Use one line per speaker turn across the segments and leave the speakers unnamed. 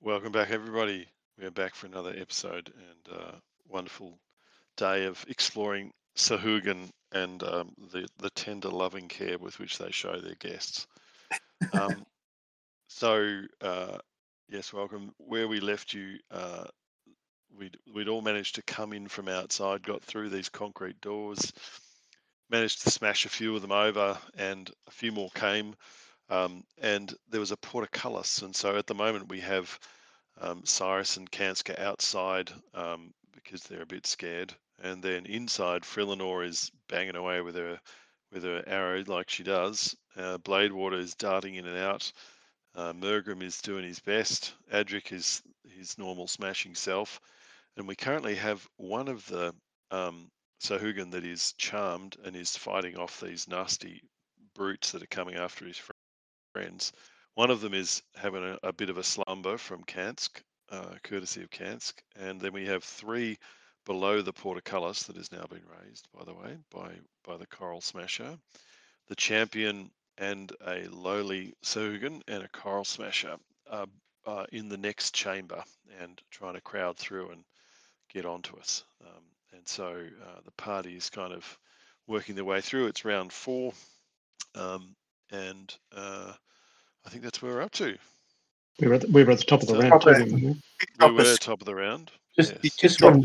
Welcome back, everybody. We are back for another episode and uh, wonderful day of exploring Sahugan and um, the, the tender loving care with which they show their guests. Um, so, uh, yes, welcome. Where we left you, uh, we'd, we'd all managed to come in from outside, got through these concrete doors, managed to smash a few of them over, and a few more came. Um, and there was a portcullis. And so at the moment, we have um, Cyrus and Kanska outside um, because they're a bit scared. And then inside, Frillinor is banging away with her with her arrow like she does. Uh, Bladewater is darting in and out. Uh, Mergrim is doing his best. Adric is his normal smashing self. And we currently have one of the um, Sahugan that is charmed and is fighting off these nasty brutes that are coming after his friend friends. One of them is having a, a bit of a slumber from Kansk, uh, courtesy of Kansk. And then we have three below the portcullis that has now been raised, by the way, by, by the Coral Smasher, the Champion, and a lowly Sugan and a Coral Smasher uh, uh, in the next chamber and trying to crowd through and get onto us. Um, and so uh, the party is kind of working their way through. It's round four. Um, and uh, I think that's where we're up to.
We were at the, we were at the top of the
So-
round.
Top
too,
round.
weren't we?
We
Drop a
were
s-
top of the round.
Just,
yes.
just
Drop a
one,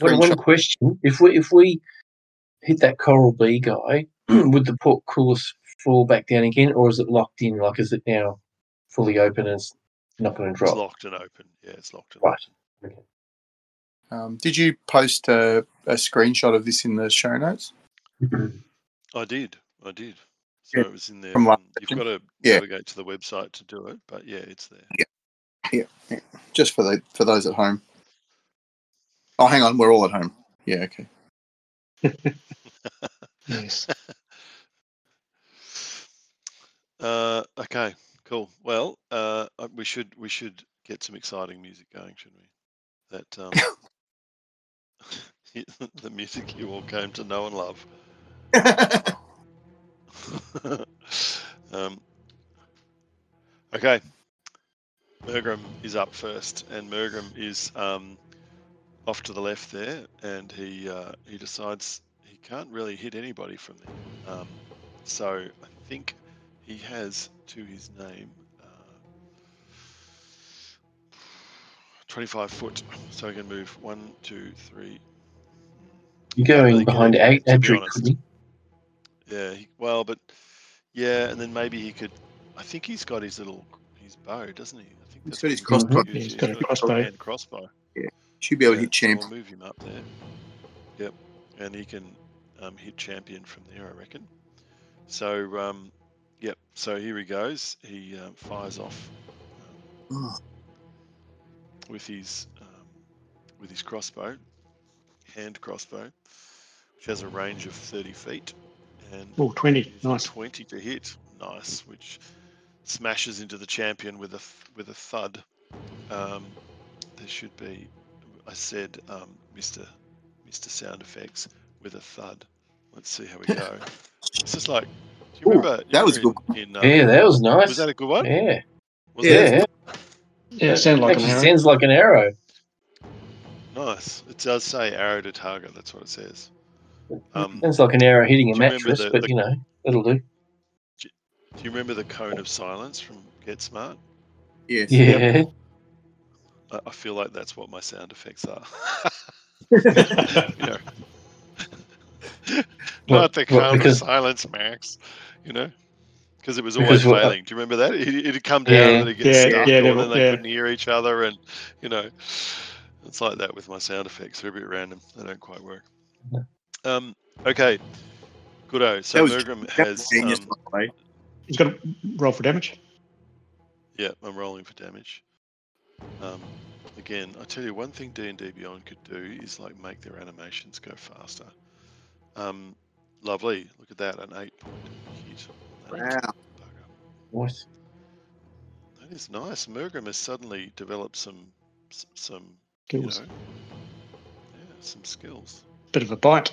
one, one
screenshot.
question. If we if we hit that coral B guy, would the port course fall back down again, or is it locked in? Like, is it now fully open and it's not going to
It's
drop?
locked and open. Yeah, it's locked and
Right.
open.
Um, did you post a, a screenshot of this in the show notes?
Mm-hmm.
I did. I did. So
Yeah,
it was in there.
from last
and You've got to
Yeah.
navigate to the website to do it, but yeah, it's there.
Just for the for those at home. Oh, hang on, we're all at home. Yeah, okay.
Yes.
Uh, okay, cool. Well, uh, uh, we should we should get some exciting music going, shouldn't we? That um, the music you all came to know and love. um, okay. Mergrim is up first, and Mergrim is um, off to the left there, and he uh, he decides he can't really hit anybody from there. Um, so I think he has to his name uh, 25 foot, so he can move one, two, three.
You're
Can't really
going behind
get
Ad-
it, to be
Adric,
honest.
couldn't you?
Yeah, he, well, but yeah, and then maybe he could. I think he's got his little his bow, doesn't he? I think
He's
that's
got
what
his
he uses. usually
Yeah, he's got
crossbow.
a crossbow.
hand crossbow.
Should be able to
Yeah,
hit champ.
So we'll move him up there. Yep, and he can um, hit champion from there, I reckon. So um, yep. So here he goes. He uh, fires off um,
Oh,
with his um, with his crossbow, hand crossbow, which has a range of thirty feet, and
Oh, 20.
is a
Nice.
20 to hit. Nice, which smashes into the champion with a th- with a thud. Um, there should be, I said, um, Mister Mister Sound Effects with a thud. Let's see how we go. it's just like, do you
Ooh,
remember? you
that was
were
good.
In, in, uh,
Yeah, that was nice.
was that a good one?
yeah,
Was
yeah.
it?
yeah.
Yeah, it sounded like an
Actually,
arrow.
sounds like an arrow.
Nice. It does say arrow to target. That's what it says. Um,
Sounds like an arrow hitting a
Do you remember
mattress,
the-
but
the-
you know, it'll do.
do you remember the cone of silence from Get Smart?
yes.
Yeah.
I, I feel like that's what my sound effects are. you know.
Well,
Not the
well,
cone
because-
of silence, Max. You know, because it was always
Because what- uh,
failing. Do you remember that? It, it'd come down
Yeah.
and it'd get
Yeah,
stuck,
yeah,
or
they
then
were-
they
yeah.
couldn't hear each other, and you know, it's like that with my sound effects. They're a bit random. They don't quite work.
No.
Um. Okay. Goodo. So
That was-
Mergrim
That
has.
was genius,
um,
by the way.
He's got to roll for damage.
Yeah, I'm rolling for damage. Um, again, I tell you one thing D and D Beyond could do is like make their animations go faster. Um, lovely. Look at that, an eight point hit. on that
Wow.
bugger.
Nice.
That is nice. Mergrim has suddenly developed some s- some you know,
Skills.
yeah, some skills.
Bit of a bite.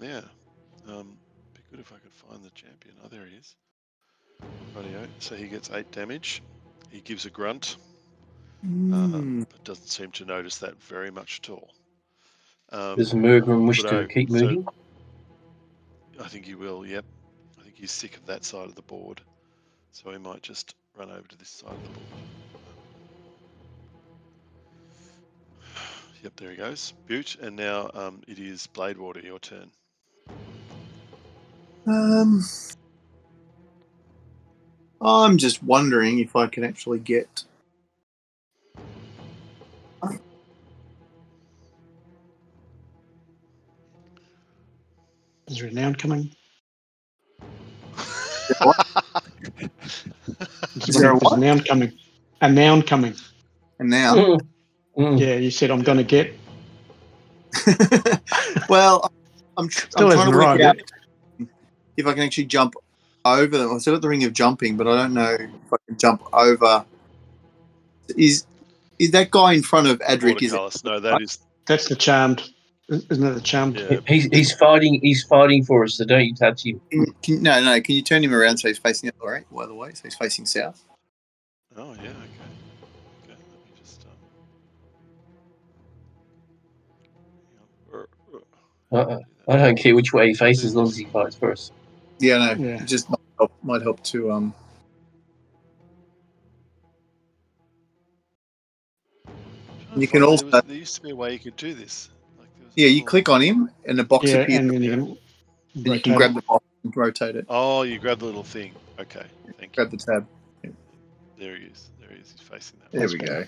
Yeah. Um, be good if I could find the champion. Oh, there he is. Rightio. So he gets eight damage. He gives a grunt
Hmm. um,
Mm.
but Um, doesn't seem to notice that very much at all. Um,
Does Murgrim wish
but I-
to keep
so-
moving?
I think he will, yep. I think he's sick of that side of the board. So he might just run over to this side of the board. Yep, there he goes. Butte. And now um, it is Bladewater, your turn.
uh-huh.
Um, I'm just wondering if I can actually get.
Is there a noun coming?
Is there a
There's
what?
noun coming. A noun coming.
And now,
Mm. Mm.
Yeah, you said I'm going to get.
well, I'm, tr-
Still
I'm trying
hasn't
to work
arrived.
out if I can actually jump over them. I've still got the ring of jumping, but I don't know if I can jump over. Is is that guy in front of Adric? Is it?
Watercolours. No, that is.
That's the charmed. Isn't that the charmed?
Yeah.
He's, he's fighting. He's fighting for us. So don't you touch him.
Can, can, no, no. Can you turn him around so he's facing the other way? By the way, so he's facing south.
Oh, yeah, okay. Okay, let me just. Um... hang on. Uh, uh, how do I do that?
I don't care which way he faces, as long as he fights for us.
Yeah, no.
Yeah.
It just might help, might help to um.
Trying to
You can
find-
also-
There, was, there used to be a way you could do this. Like there was a
Yeah, you
little-
click on him and the box
Yeah,
appears.
and then you can,
and you can
rotate
grab
it.
the box and rotate it.
Oh, you grab the little thing. Okay, thank you.
Grab the tab.
There he is. There he is. He's facing that.
There
way.
we go.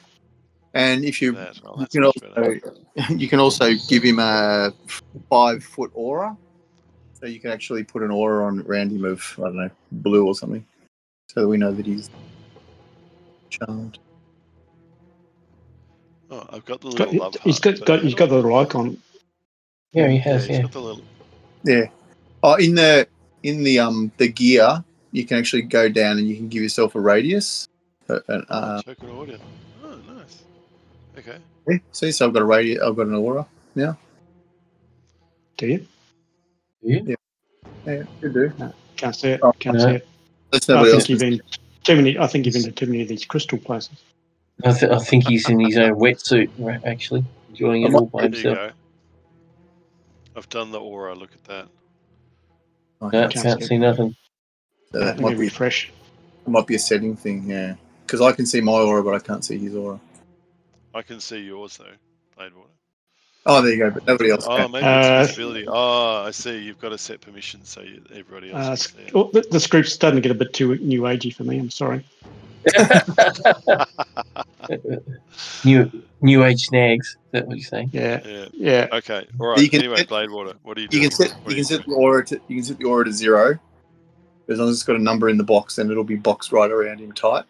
And if you
That- oh,
you
that's
can
much better.
also you can also give him a five foot aura, so you can actually put an aura on around him of I don't know blue or something, so that we know that he's charmed.
Oh, I've got the
Got,
little love heart,
he's got,
but
got,
I
he's got the
don't-
little icon.
Yeah, he
Yeah,
has.
he's
Yeah.
got the little.
Yeah. Oh, in the in the um the gear, you can actually go down and you can give yourself a radius. Uh, an,
Oh,
uh,
token order. Oh, nice. Okay.
yeah, see, so I've got a radius. I've got an aura.
Do you?
Yeah, should do.
Can't see it.
Oh,
Can't
yeah.
see it.
That's
I
nobody
think
else.
you've been too many. I think you've been to too many of these crystal places.
I, th- I think he's in his own wetsuit, right, actually, enjoying it all by
There you go.
himself.
I've done the aura. Look at that.
No,
Okay,
Can't
can't
see it.
see nothing.
Oh, so
I
that
think
might
it'd
be
be fresh.
It might be a setting thing, yeah. Because I can see my aura, but I can't see his aura.
I can see yours though, Bladewater.
Oh, there you go. But nobody else
Oh,
can.
maybe it's
Uh,
visibility. Oh, I see. You've got to set permission so you, everybody else.
Uh,
can see it.
oh, th- this group's starting to get a bit too new agey for me. I'm sorry.
New New Age snags. Is that what you're saying?
Yeah,
yeah.
yeah.
Okay. All right.
You can
anyway,
set-
Bladewater. What are you
You
doing?
can set
What are
you can set
doing?
the aura to you can set the aura to zero. As long as it's got a number in the box, then it'll be boxed right around him tight.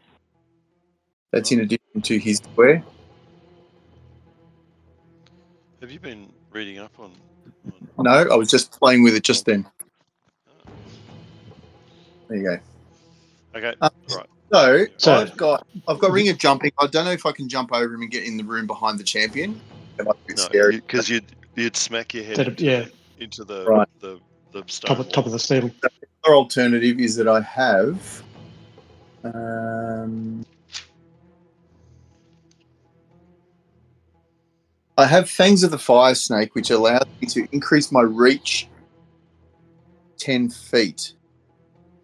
That's in addition to his square.
Have you been reading up on? on
No, I was just playing with it just then. There you go.
uh, okay.
Uh,
all right.
So,
So-
I've got I've got ring of jumping. I don't know if I can jump over him and get in the room behind the champion. That might be
No,
scary.
because you'd you'd smack your head
That'd-
into,
yeah.
the, into the,
Right.
the the stone
Top of top of the ceiling.
Other alternative is that I have um, I have Fangs of the Fire Snake, which allows me to increase my reach 10 feet.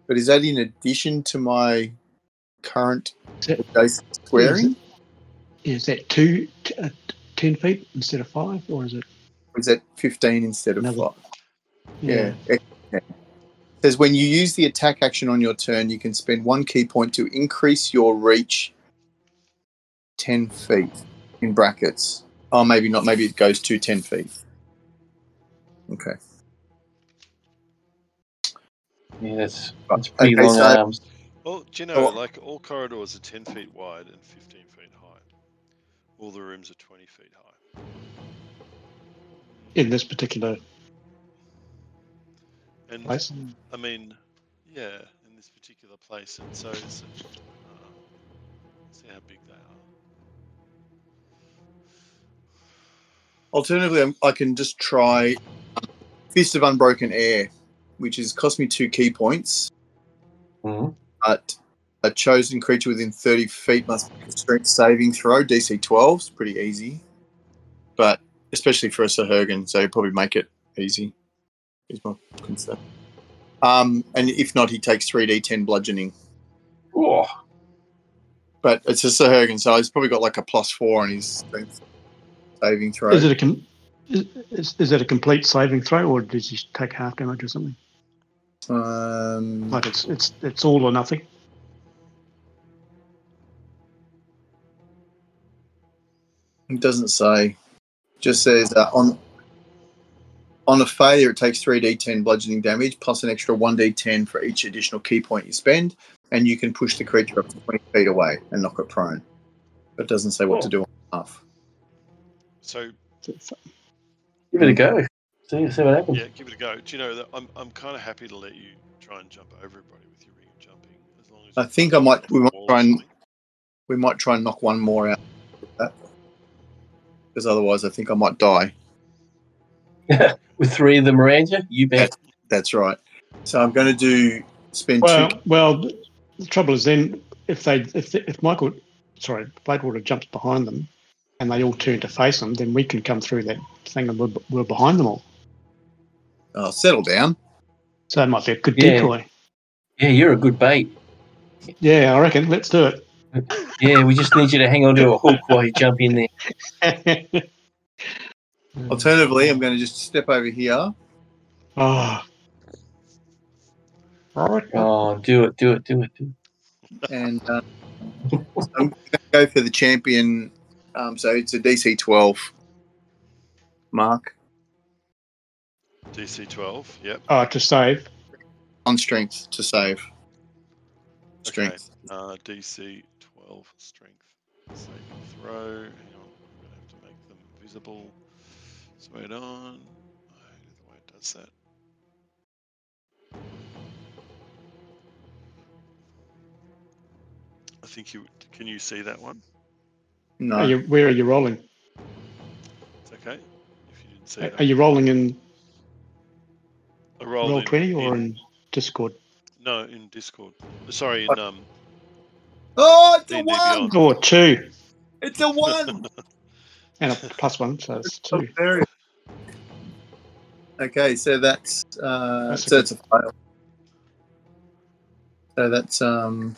But is that in addition to my current
Is it-
adjacent squaring?
Is that two t- uh, t- ten feet instead of five, or is it?
Or is that 15 instead of
Another-
5? Yeah. yeah. Says when you use the attack action on your turn, you can spend one key point to increase your reach 10 feet in brackets. Oh, maybe not. Maybe it goes to 10 feet. Okay.
Yeah, that's
Right.
that's pretty
Okay,
long
so-
arms.
Well, do you know,
Oh.
like all corridors are ten feet wide and fifteen feet high. All the rooms are twenty feet high.
In this particular
And
place.
I mean, yeah, in this particular place, and so it's, uh, see how big they are.
Alternatively, I'm- I can just try Fist of
Mm-hmm.
Unbroken Air, which has cost me two key points,
Mhm.
but A chosen creature within 30 feet must make a strength saving throw, DC 12. It's pretty easy. But especially for a Sahurgan, so he'll probably make it easy, is my concern. Um, and if not, he takes 3d10 bludgeoning.
Oh,
But it's a Sahurgan, so he's probably got like a plus four on his strength saving throw.
Is it a com- is, is, is it a complete saving throw, or does he take half damage or something?
um,
Like it's it's it's all or nothing.
It doesn't say. Just says uh, on on a failure, it takes three d10 bludgeoning damage plus an extra one d10 for each additional key point you spend, and you can push the creature up to twenty feet away and knock it prone. But it doesn't say what to do on half.
So
give it a go. See, see what happens.
yeah, give it a go. Do you know that I'm I'm kind of happy to let you try and jump over everybody with your ring of jumping as long as
I
you
think
don't
I might-
hit
we
the
might
wall or
try and-
something.
We might try and knock one more out, because otherwise, I think I might die.
With three of them around you, you bet.
That's right. So I'm going to do spend
Well,
two.
well, th- the trouble is then if they if if Michael, sorry, Bladewater jumps behind them, and they all turn to face him, then we can come through that thing and we're, we're behind them all.
Oh, settle down.
So that might be a good
Yeah.
decoy.
Yeah, you're a good bait.
Yeah, I reckon. Let's do
Yeah, we just need you to hang on to a hook while you jump in there.
it.
Alternatively, I'm going to just step over here.
Oh. Right.
Oh, do it, do it, do it, do it.
and uh, I'm going to go for the champion. Um, so it's a DC 12 mark
DC 12. Yep.
Oh, to save.
on strength to save. Strength.
Uh, DC 12 strength saving throw. Hang on, I'm going to have to make them visible. So wait on. I don't know why it does that. I think you can you see that one?
Are
No,
you, where are you rolling?
It's okay. If you didn't see
Are
that,
are you rolling in
I rolled
roll
in-
twenty or
in-
in Discord?
no in Discord. Sorry, in um
Oh, it's a
D&D
one!
Beyond.
Or two
It's a one!
and a plus one, so it's
Oh,
two.
very- okay, so that's uh,
That's
so
okay.
it's a fail. So that's um.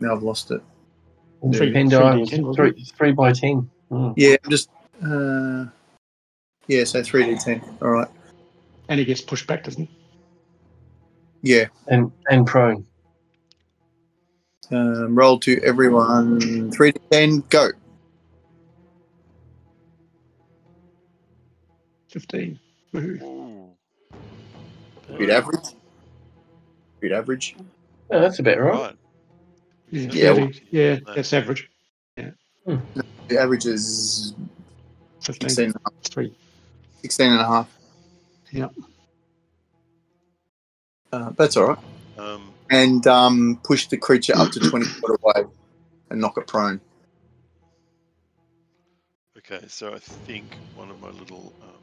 Now I've lost it.
Three-
Ten
three
dice,
D10, wasn't
three, three by ten. Mm.
Yeah, I'm just. Uh, yeah, so three d ten. All right.
And he gets pushed back, doesn't he?
Yeah.
And and prone.
Um, roll to everyone. Three to ten. Go.
Fifteen. Woohoo.
Ooh.
Bit average. Bit average.
Oh, that's about right.
Right.
Yeah,
Yeah,
30.
well-
yeah, that's average.
The average is
15,
16,
3.
16 and a half.
Yep.
Uh, that's all right.
Um,
And um, push the creature up to 20 foot away and knock it prone.
Okay, so I think one of my little um,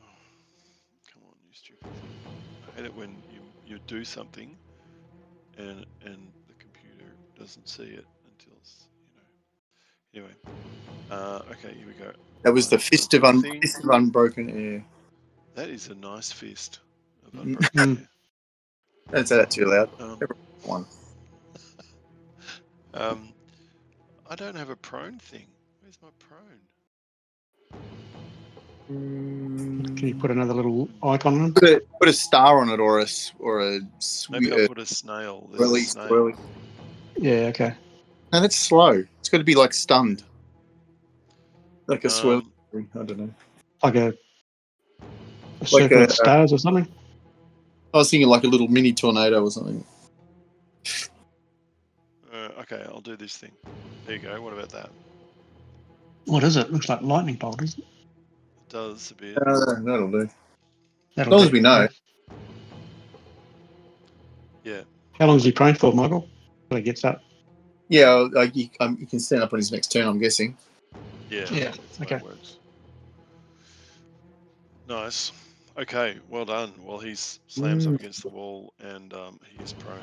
oh, come on, you stupid thing! I hate it when you you do something and and the computer doesn't see it until it's, you know. Anyway, uh, okay, here we go.
That was the fist of, un-
Thing.
fist of unbroken air.
That is a nice fist. Of
Mm-hmm.
Mm.
unbroken hair.
Don't say that too loud.
Um,
One.
um, I don't have a prone thing. Where's my prone?
Can you put another little icon on him?
Put a, put a star on it or a, s- or a sw-
Maybe
uh,
I'll put a snail. There's a
swirly-
snail.
swirly.
Yeah, okay.
No, that's slow. It's got to be like stunned. Like a swirl.
Um,
I don't know.
Like a, a circle
a- uh,
of stars or something?
I was thinking like a little mini tornado or something.
Uh, okay, I'll do this thing. There you go. What about that?
What is it? Looks like lightning bolt, isn't it?
It does a bit.
Uh, that'll do.
That'll
long as
do.
we know.
Yeah.
How long is he praying for, Michael? Till he gets up.
Yeah, like you, um, you can stand up on his next turn. I'm guessing.
Yeah.
Yeah,
that's the way
okay.
it works. Nice. Okay, well done. Well, he slams
Mm.
up against the wall and um, he is prone.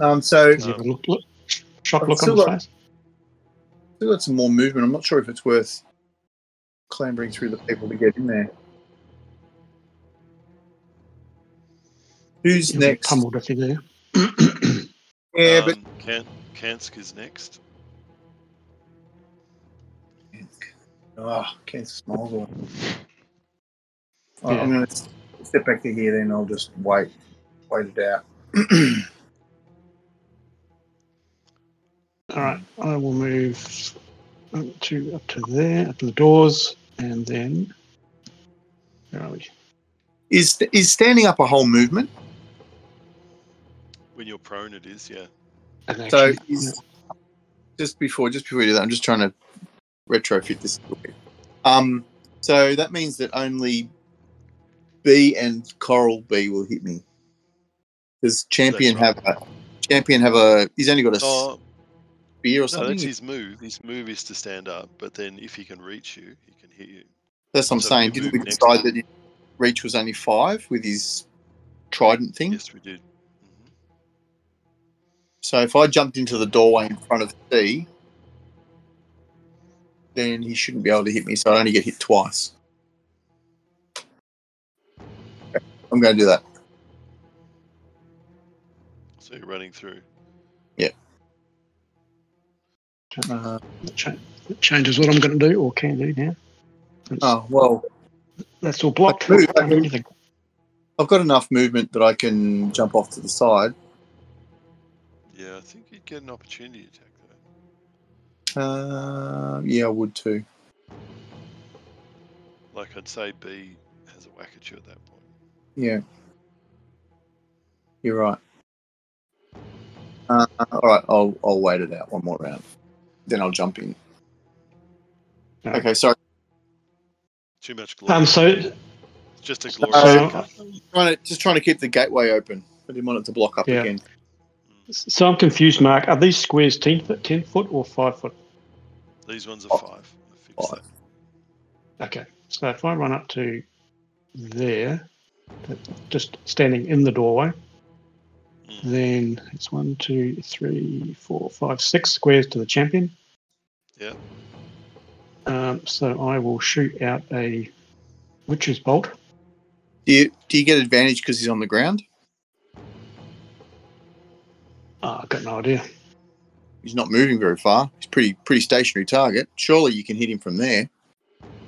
Um, so
Does he
No.
have a look, look, shock
I've
look on
still
his
got-
face?
still got some more movement. I'm not sure if it's worth clambering through the people to get in there. Who's
He'll get
next?
pummeled if he do.
Yeah, but
Um, Kan- Kansk is next.
Oh, can't smell one.
Yeah.
I'm going to step back to here, then I'll just wait, wait it out.
All right, I will move up to up to there, up to the doors, and then where are we?
is is standing up a whole movement?
When you're prone, it is, yeah.
An
So
action.
is, just before just before we do that, I'm just trying to retrofit this. a little bit. Um, so that means that only B and Coral B will hit me. Does Champion
right.
have a Champion have a? He's only got a
Oh,
spear or
no,
something.
that's
That's,
his move. His move is to stand up, but then if he can reach you, he can hit you.
what I'm
so
saying.
you
Didn't
move
we
next
decide
time.
that his reach was only five with his trident
Hmm?
thing?
Yes, we did. Mhm.
So if I jumped into the doorway in front of C, then he shouldn't be able to hit me. So I only get hit twice. Okay, I'm going to do that.
So you're running through.
Uh,
That cha- that changes what I'm going to do or can do now. That's,
oh well,
that's all blocked.
Move,
Can't do anything.
I've got enough movement that I can jump off to the side.
Yeah, I think you'd get an opportunity attack though.
Uh, yeah, I would too.
Like I'd say, B has a whack at you at that point.
Yeah, you're right. Uh, all right, I'll I'll wait it out one more round, then I'll jump in.
No.
Okay, sorry.
Too much glory.
Um, so
It's just a
So-
glory.
So-
sucker.
Trying to, just trying to keep the gateway open. I didn't want it to block up
Yeah.
again.
so I'm confused, Mark. Are these squares ten foot, ten foot, or five foot?
These ones
Oh,
are five. I fixed
five.
that.
Okay, so if I run up to there, that- just standing in the doorway,
Mm.
then it's one, two, three, four, five, six squares to the champion.
Yeah.
Um, so I will shoot out a witch's bolt.
Do you do you get advantage because he's on the ground?
Ah, I've got no idea.
He's not moving very far. He's pretty pretty stationary target. Surely you can hit him from there.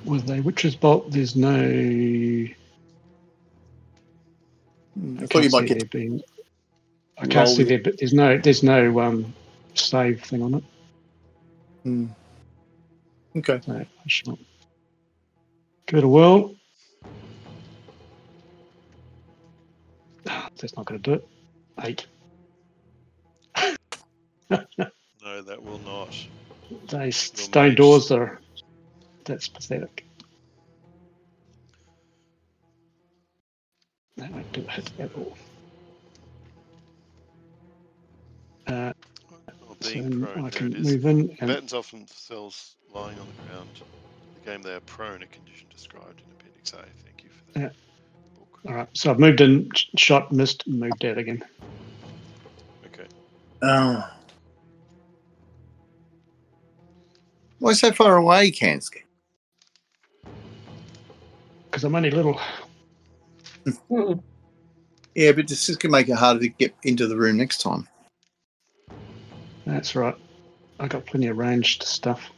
With a witch's bolt, there's no. I
I
Hmm,
thought you
can't see
might get
there being. I can't
roll
see
with-
there, but there's no there's no um, save thing on it.
Hmm. Okay.
So I shall give it a whirl. Ah, That's not going to do it. Eight.
No, that will not.
Those
Your
stone
mage.
doors are. That's pathetic. That won't do it at all. Uh,
Or
so
being
then
prone,
I
there
can
it is.
move in and
Combatants often themselves lying on the ground. The game they are prone, a condition described in Appendix A. Thank you for that book.
all right. So I've moved in, sh- shot, missed, and moved out again.
Okay.
Oh. Why so far away, Kansk?
Because I'm only little.
Mm.
Yeah, but this is gonna make it harder to get into the room next time.
That's right. I got plenty of ranged stuff.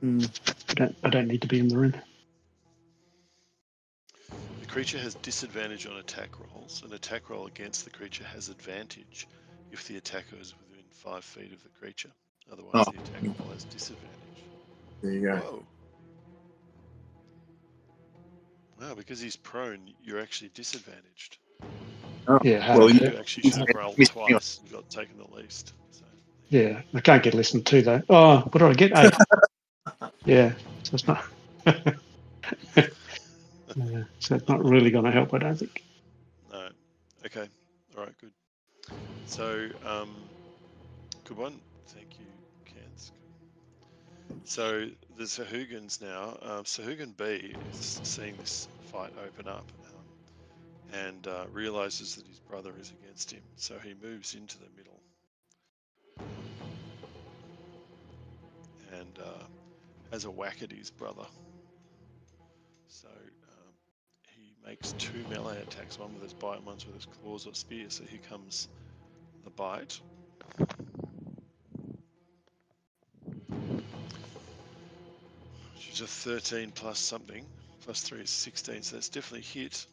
Hmm. I don't. I don't need to be in the room.
The creature has disadvantage on attack rolls. An attack roll against the creature has advantage if the attacker is within five feet of the creature. Otherwise,
Oh.
the attack roll has disadvantage.
There you go.
Whoa. Wow, because he's prone, you're actually disadvantaged.
Yeah. how
Well,
to
you-
do
You
it.
actually
he's
should have
had-
rolled
he's-
twice. You got taken the least. So.
Yeah. I can't get less than two though. Oh, what did I get? Eight. yeah. So it's not. Yeah, so it's not really going to help. I don't think.
No. Okay. All right. Good. So, um, good one. Thank you, Kansk. So the Sahugan's now. Um, Sahugan B is seeing this fight open up um, and uh, realizes that his brother is against him. So he moves into the middle. And uh, has a whack at his brother. So um, he makes two melee attacks one with his bite, and one's with his claws or spear. So here comes the bite. She's a 13 plus something. Plus 3 is 16, so that's definitely hit.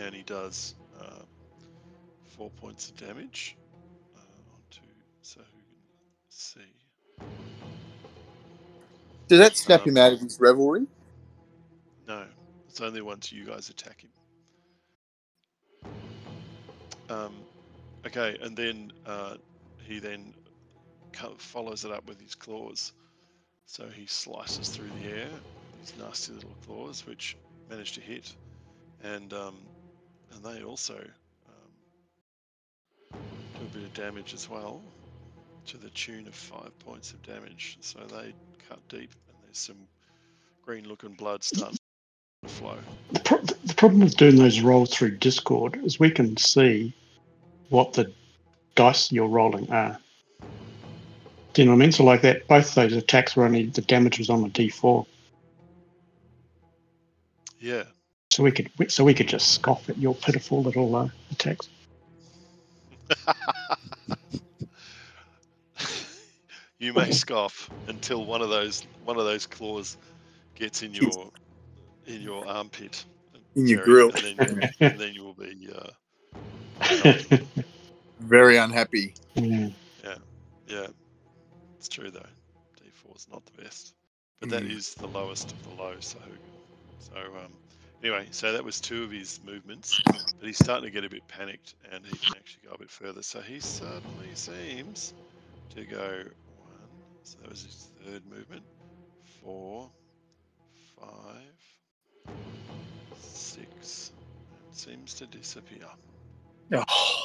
And he does uh, 4 points of damage uh, onto so who can see.
Did that snap
Um,
him out of his revelry?
No, it's only once you guys attack him. Um, okay, and then uh, he then co- follows it up with his claws. So he slices through the air with his nasty little claws, which manage to hit, and um, and they also um, do a bit of damage as well, to the tune of five points of damage. So they cut deep, and there's some green-looking blood starting to flow.
The, pro- the problem with doing those rolls through Discord is we can see what the dice you're rolling are. Do you know what I mean? So, like that, both those attacks were only the damage was on a D4,
Yeah.
so we could we- so we could just scoff at your pitiful little uh, attacks.
you may scoff until one of those one of those claws gets in your in your armpit.
In your
Jerry,
grill.
And then, you- and then you will be uh,
Very unhappy.
yeah.
yeah. It's true though. D four is not the best. But that is
Mm.
the lowest of the low, so so um anyway, so that was two of his movements. But he's starting to get a bit panicked and he can actually go a bit further. So he suddenly seems to go one. So that was his third movement. Four, five, six. It seems to disappear.
Oh,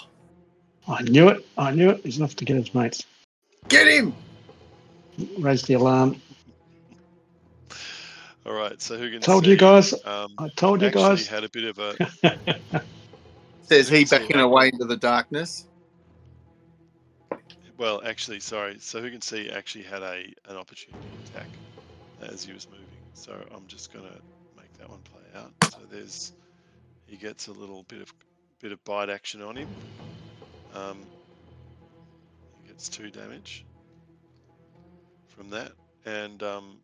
I knew it. I knew it. He's off to get his mates.
get him!
Raise the alarm.
All right, so who can
Told you
see,
guys.
Um,
I told you
actually
guys.
had a bit of a
Says he
Yes, yeah.
backing away into the darkness.
Well, actually, sorry. So who can see actually had a an opportunity attack as he was moving. So I'm just gonna make that one play out. So there's he gets a little bit of bit of bite action on him. Um, he gets two damage from that, and um,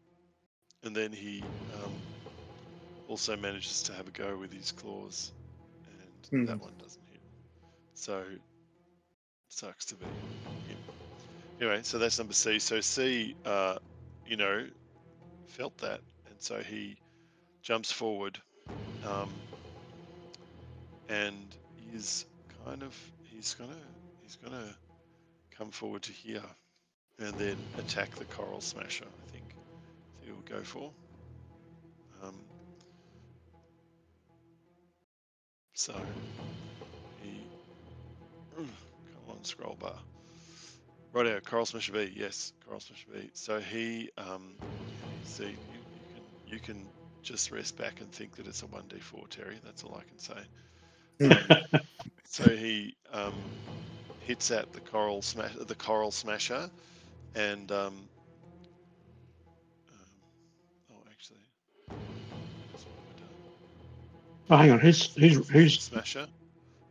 and then he um, also manages to have a go with his claws, and that one doesn't hit. So sucks to be him. Anyway, so that's number C. So C, uh, you know, felt that, and so he jumps forward, um, and is kind of he's gonna he's gonna come forward to here, and then attack the coral smasher. I think that he'll go for. Um, so he come on scroll bar. Right out, Coral Smasher B. Yes, Coral Smasher B. So he, um, yeah, you see, you, you can you can just rest back and think that it's a one d four, Terry. That's all I can say. Um, so he um, hits at the coral smash the coral smasher, and um, um, oh, actually, goodness, what have I done?
Oh, hang on. Who's who's who's?
Smasher?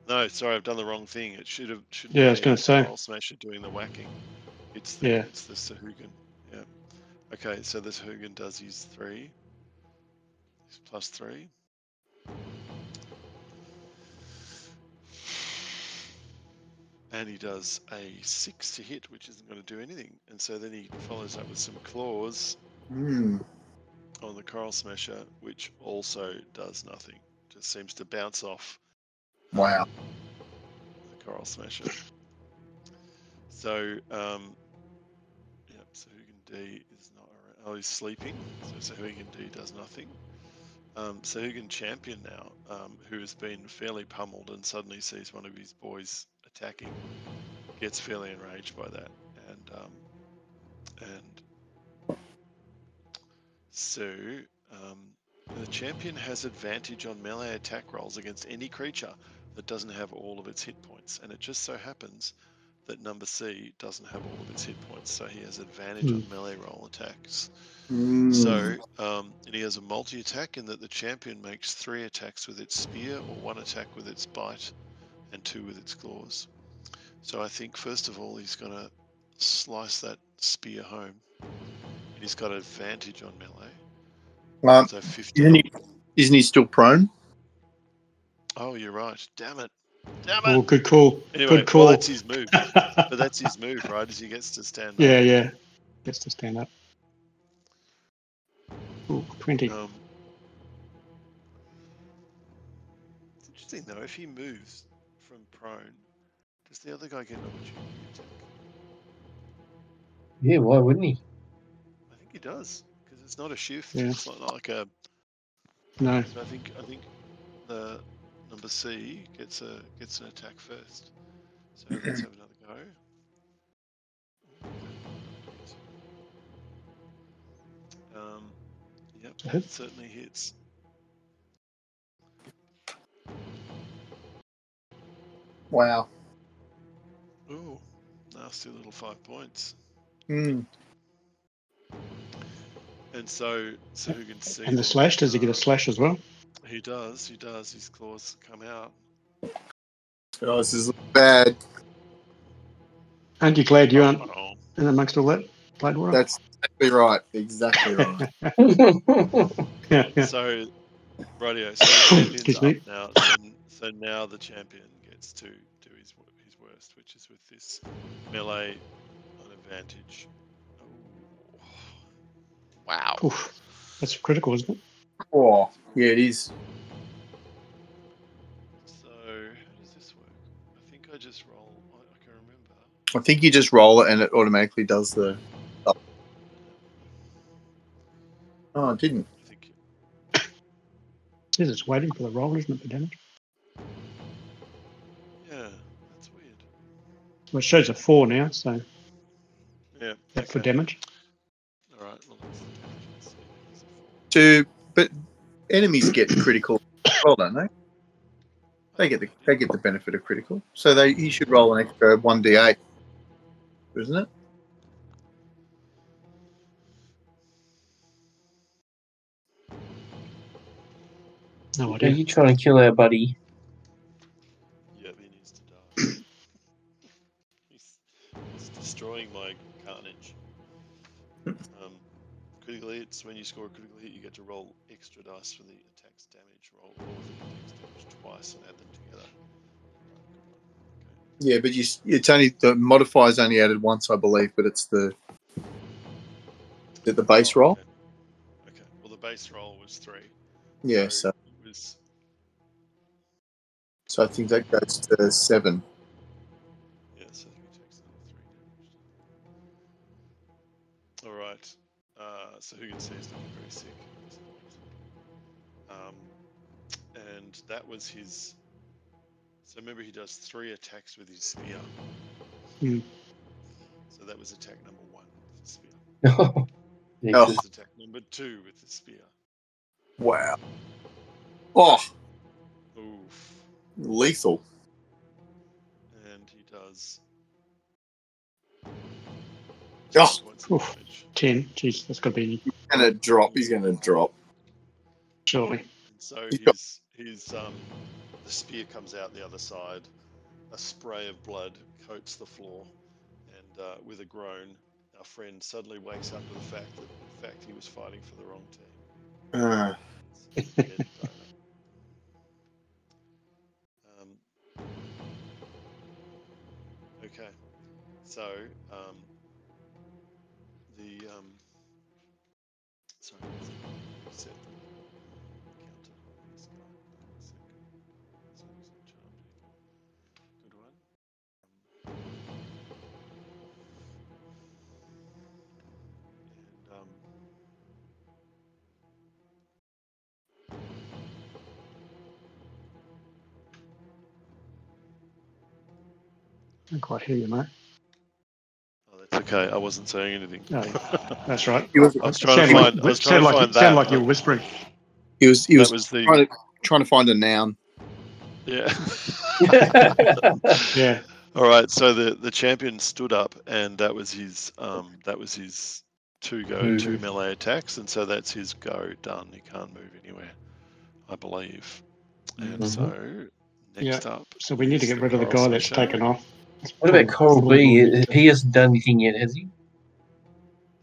No, sorry, I've done the wrong thing. It should have should.
Yeah, I was gonna say.
Coral Smasher doing the whacking. It's the
Yeah.
it's the Sahugan. Yeah. Okay, so the Sahugan does his three. His plus three. And he does a six to hit, which isn't going to do anything. And so then he follows up with some claws
Hmm.
on the Coral Smasher, which also does nothing. Just seems to bounce off
Wow.
the Coral Smasher. So, um, yep, so Hugan D is not around. Oh, he's sleeping. So, so Hugan D does nothing. Um, so Hugan Champion now, um, who has been fairly pummeled and suddenly sees one of his boys attacking, gets fairly enraged by that and um, and So um, the champion has advantage on melee attack rolls against any creature that doesn't have all of its hit points, and it just so happens that number C doesn't have all of its hit points, so he has advantage on melee roll attacks.
Hmm.
So um, and he has a multi attack in that the champion makes three attacks with its spear, or one attack with its bite, and two with its claws. So I think first of all he's going to slice that spear home. And he's got advantage on melee.
Um,
So 15.
isn't he? Isn't he still prone?
Oh, you're right. Damn it. Damn
Oh,
it.
good call.
Anyway,
good call.
Well, that's his move. But that's his move, right? Is he gets to stand up.
yeah, yeah. Gets to stand up. Ooh, 20.
Um, it's interesting though. If he moves from prone, does the other guy get an opportunity attack?
Yeah, why wouldn't he?
I think he does because it's not a shift.
Yeah.
It's not like a.
No.
So I think I think the number C gets a gets an attack first. So let's have another go. Um, yep,
It hits.
it certainly hits.
Wow.
Ooh, nasty little five points.
Mm.
And so Sahugan sees.
And the
it,
slash, does he get a
uh,
slash as well?
He does. He does. His claws come out.
Oh, this is bad.
Aren't you glad you aren't
Oh,
in amongst all that? Played well.
That's exactly right. Exactly right.
yeah, yeah.
So, radio. So the champion's
Excuse me.
up now. So, so now the champion gets to do his wo- his worst, which is with this melee on advantage. Oh, Wow.
Oof, that's critical, isn't it?
oh, yeah, it is.
So how does this work? I think I just roll. I, I can remember.
I think you just roll it and it automatically does the. Oh, it didn't.
I think.
Says it's waiting for the roll, isn't it, for damage?
Yeah, that's weird.
Well, it shows a four now, so
Yeah.
that for
okay.
damage.
All right. Well, that's the damage. Let's see. There's a four.
Two, but enemies get critical. Well, eh? don't they? They get the they get the benefit of critical, so they he should roll an extra one d eight, isn't it?
No
Are
idea.
you trying to kill our buddy?
Yep, he needs to die. he's, he's destroying my carnage. Um, critical hits, when you score a critical hit, you get to roll extra dice for the attack's damage. Roll all of the attack's damage twice and add them together. Alright, good one. Okay.
Yeah, but you s- it's only the modifier's only added once, I believe, but it's the is it the base
Oh,
roll.
Okay. okay, well, the base roll was three.
Yeah, so
It was
so I think that goes to seven.
Yeah, so I think it takes another three damage. All right. Uh, so who can see is looking pretty sick at this point. Um, and that was his. So remember, he does three attacks with his spear.
Hmm.
So that was attack number one with the spear.
Yeah,
Oh.
That was attack number two with the spear.
Wow. Oh,
Oof.
lethal.
And he does.
Oh.
six points of
Oof.
damage.
10. Jeez, that's got to be
Gonna drop. He's gonna drop.
surely.
And so
He's got-
his his um the spear comes out the other side. A spray of blood coats the floor, and uh, with a groan, our friend suddenly wakes up to the fact that in fact he was fighting for the wrong team.
Uh,
It's a dead donut. um, okay, so um, the um, sorry, I'm just trying to reset the counter on this guy. Give me a sec. So he's not charmed anymore. Good one. And um,
I can't quite hear you, mate.
oh, that's okay. I wasn't saying anything.
No, that's right.
He was,
I was trying
Sound
to
like,
find. I was trying
sound
to
like,
find
sound
that.
like you're whispering.
he was, he was
that was the
trying, to, trying to find a noun.
yeah.
Yeah.
All right, so the, the champion stood up, and that was his um that was his two go
Move.
two melee attacks, and so that's his go done. He can't move anywhere, I believe. And
Mhm.
so next up,
Mm-hmm. So we need to get rid of the guy that's taken off.
What about Coral B? He hasn't done anything yet, has he?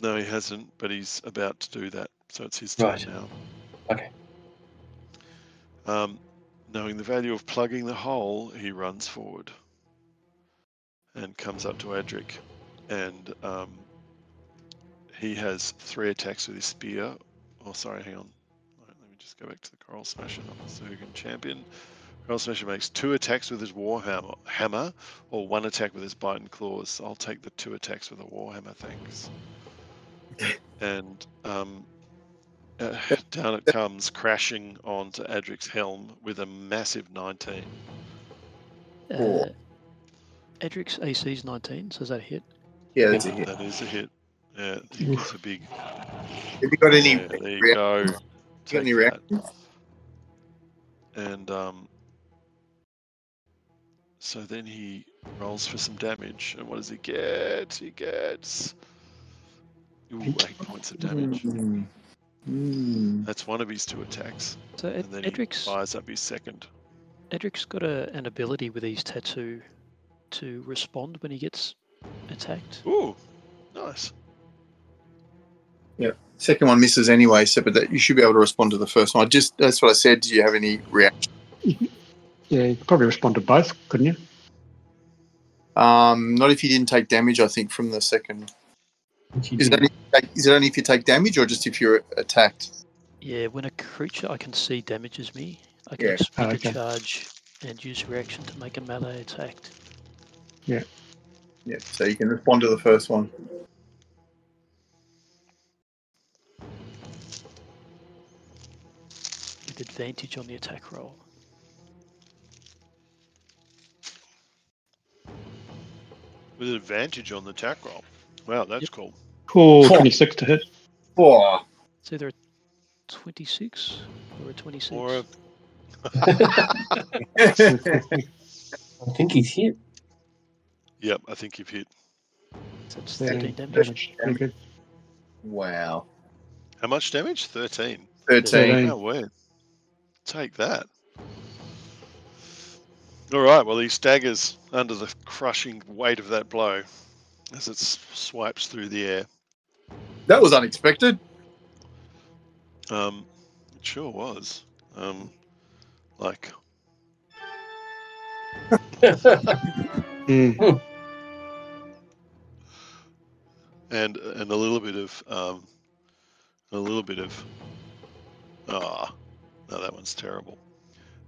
no, he hasn't, but he's about to do that, so it's his
Right.
turn now.
Okay.
Um, knowing the value of plugging the hole, he runs forward and comes up to Adric, and um, he has three attacks with his spear. Oh, sorry, hang on. All right, let me just go back to the Coral Smasher, not the Sugan Champion. Coral Smasher makes two attacks with his Warhammer hammer, or one attack with his bite and claws. I'll take the two attacks with the Warhammer, thanks. and um, uh, down it comes, crashing onto Adric's helm with a massive 19.
Four.
Uh, Edric's AC's 19, so is that a hit?
Yeah, that's a hit.
That is a hit. Yeah, he gets a big.
Have you got any?
yeah, there you
react-
go.
got any
Take that.
reactions?
and um, so then he rolls for some damage, and what does he get? He gets ooh, eight points of damage.
Mm. Mm.
That's one of his two attacks,
So Ed-
and then he
Edric's,
fires up his second.
Edric's got a, an ability with his tattoo to respond when he gets attacked.
Ooh, nice.
Second one misses anyway, so but that you should be able to respond to the first one. I just that's what I said. Do you have any reaction?
Yeah, you could probably respond to both, couldn't you?
Um, not if you didn't take damage. I think from the second. Is it, only, is it only if you take damage or just if you're attacked?
Yeah, when a creature I can see damages me, I can
Yeah.
expend
Oh,
a
okay.
charge and use a reaction to make a melee attack.
Yeah. So you can respond to the first one.
with advantage on the attack roll.
With advantage on the attack roll. Wow, that's
Yep.
cool.
Or
Four.
26 to hit.
Four.
It's either a 26 or a 26.
Or a,
I think he's hit.
yep, I think you've hit.
So it's
Yeah.
13 damage.
Damage. Pretty good.
wow.
How much damage? Thirteen.
Thirteen.
Thirteen.
No way. Take that. All right. Well, he staggers under the crushing weight of that blow as it s- swipes through the air.
That was unexpected.
Um, it sure was. Um, like
Mm.
and and a little bit of um, a little bit of ah, no, that one's terrible.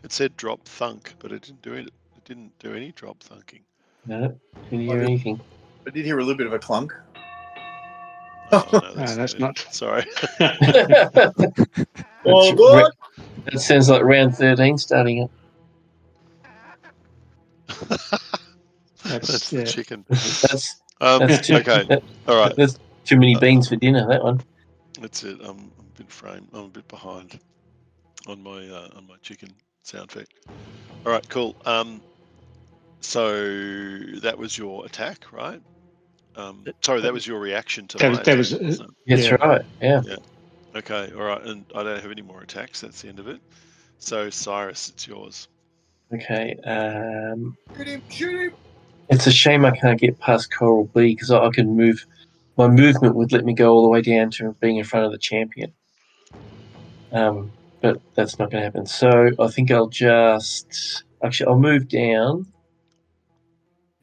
It said drop thunk, but it didn't do it. It didn't do any drop thunking.
no, didn't hear anything.
I did hear a little bit of a clunk.
Oh, no,
No, that's
it.
not.
Sorry.
that
Oh,
That's
what?
sounds like round 13 starting up.
That's,
That's
yeah.
the chicken.
That's,
Um,
that's too,
okay.
that-
All right. Uh,
that's too many beans for dinner, that one.
That's it. I'm, I'm a bit framed. I'm a bit behind on my uh, on my chicken sound effect. All right, cool. Um, so that was your attack, right? Um,
That-
sorry, that
that-
was your reaction to
that
my
was- that was,
attack,
uh,
wasn't
That's
Yeah.
right. Yeah.
it? Okay. All right, and I don't have any more attacks. That's the end of it. So Cyrus, it's yours.
Okay. Um,
Shoot him! Shoot him!
It's a shame I can't get past Coral B because I, I can move. My movement would let me go all the way down to being in front of the champion. Um, but that's not going to happen. So I think I'll just actually I'll move down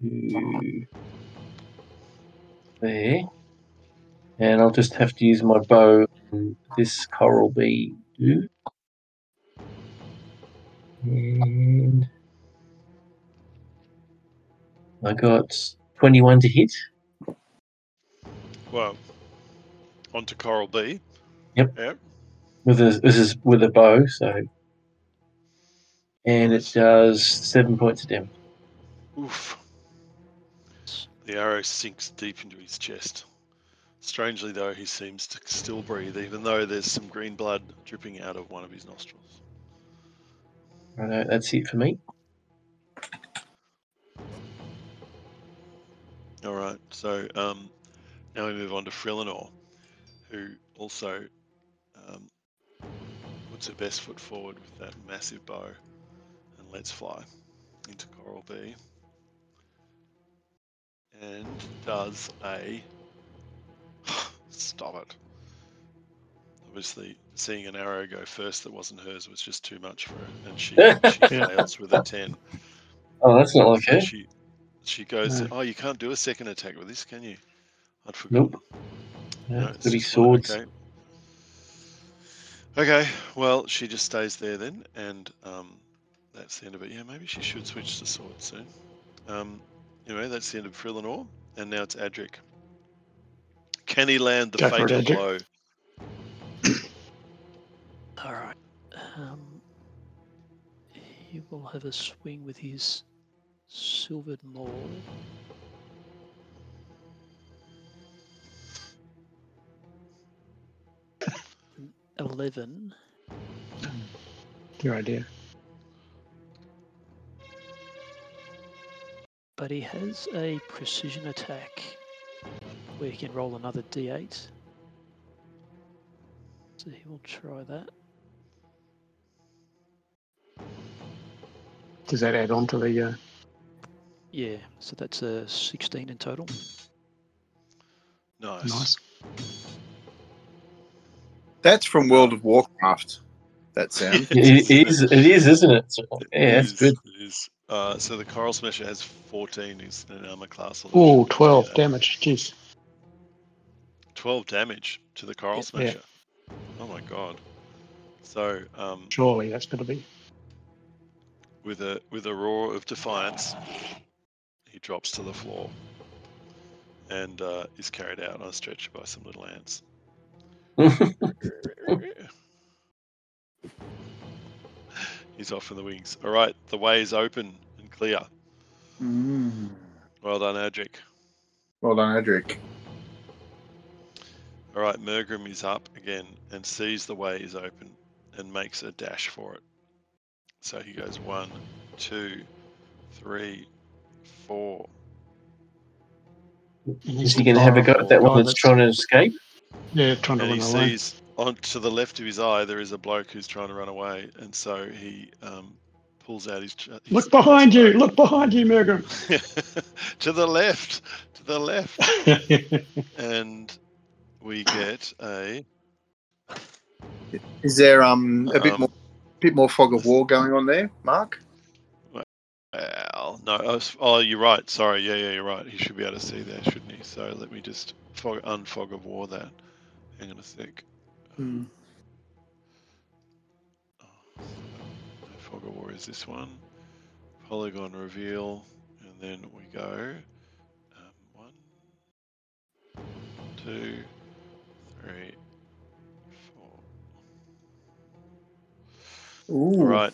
to there, and I'll just have to use my bow. on This Coral B do. And I got 21 to hit.
Well, on to Coral B.
Yep.
Yep.
with a this is with a bow, so and it
Nice.
does seven points of damage.
Oof. The arrow sinks deep into his chest. Strangely, though, he seems to still breathe, even though there's some green blood dripping out of one of his nostrils.
Righto, that's it for me.
All right, so um, now we move on to Frillinor, who also um, puts her best foot forward with that massive bow and lets fly into Coral B. And does a. Stop it. Obviously, seeing an arrow go first that wasn't hers was just too much for her, and she, she fails with a 10.
Oh, that's not like
So
her.
she she goes,
No.
"Oh, you can't do a second attack with this, can you?" I'd forgotten.
Nope. No,
No, it's
it's gonna be
just one-
swords.
Okay. Okay. Well, she just stays there then, and um, that's the end of it. Yeah, maybe she should switch to sword soon. Um, anyway, that's the end of Frillinor, and now it's Adric. Can he land the
Go for it,
fatal
Adric.
blow?
All right. Um, he will have a swing with his silvered maul. An Eleven.
Your idea.
but he has a precision attack where he can roll another d8. So he will try that.
Does that add on to the? Uh,
Yeah, so that's a 16 in total.
Nice.
nice.
That's from World of Warcraft. That sound.
It, it is, it is, isn't it? So,
It
yeah, that's
is-
good.
It is. Uh, so the Coral Smasher has 14 is an armor class. of-
Oh, 12
Yeah.
damage. Jeez.
12 damage to the Coral
Yep.
Yeah.
Smasher. Oh my god. So, um,
Surely that's going to be.
with a with a roar of defiance, he drops to the floor and uh, is carried out on a stretcher by some little ants. He's off in the wings. All right, the way is open and clear.
Mm.
Well done, Adric.
Well done, Adric.
All right, Mergrim is up again and sees the way is open and makes a dash for it. So he goes one, two, three, four.
Is he going to have a go at
Oh,
that one that's trying to escape?
Yeah, trying to
and
run
he
away.
sees on to the left of his eye there is a bloke who's trying to run away, and so he um, pulls out his. ch- his
Look behind you!
crossbow.
Look behind you, Mergrim!
to the left, to the left, and we get a
Is there um a bit
um,
more bit more fog of war going on there, Mark?
Well, no. I was- oh, you're right. Sorry. Yeah, yeah, you're right. He should be able to see there, shouldn't he? So let me just fog, unfog of war that. Hang on a sec. Oh, stop it. No fog of war is this one. Polygon reveal, and then we go. Um, one, two, three, four.
Ooh.
All right.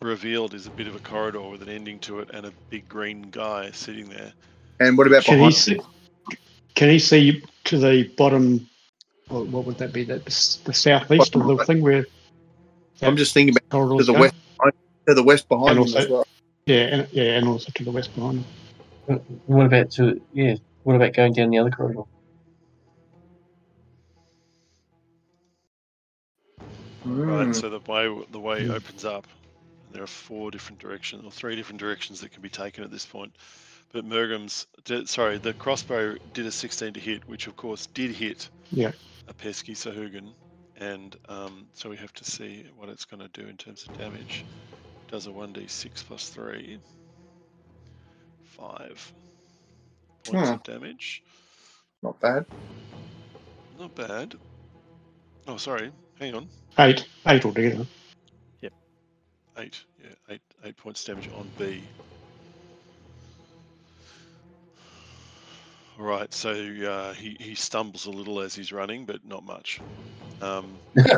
Revealed is a bit of a corridor with an ending to it and a big green guy sitting there.
And what about
Can he
behind?
see? Can he see to the bottom? What, what would that be? That the southeast of the thing where
I'm just thinking about
corridors
to the
go?
west. to the west
And
behind him
also-
as well.
Yeah, and, yeah, and also to the west behind. him.
What about to? Yeah, what about going down the other corridor?
Right,
Mm.
so the way the way
Mm.
opens up. and There are four different directions, or three different directions that can be taken at this point. But Mergrim's, di- sorry, the crossbow did a 16 to hit, which of course did hit
Yeah.
a pesky Sahugan. And um, so we have to see what it's going to do in terms of damage. Does a 1d6 plus 3, 5 points
Hmm.
of damage.
Not bad.
Not bad. Oh, sorry, hang on.
Eight, eight altogether.
8, yeah, 8, 8 points damage on B. All right, so uh, he he stumbles a little as he's running, but not much. Um,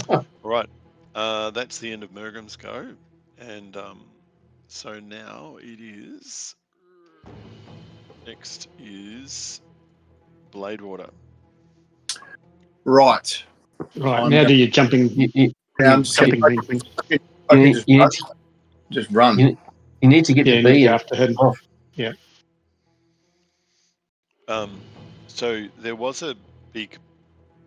all right, uh, that's the end of Mergrim's go, and um, so now it is Next is Blade Water.
Right.
Right.
I'm
now
go-
do your jumping,
You, you,
Yeah, I'm just
jumping
gonna-
thing thing.
I can
You-
just,
you-
run. just run.
you- you need to get
Yeah,
the
you
bee
need to
out.
after him.
off.
Um, so there was a big,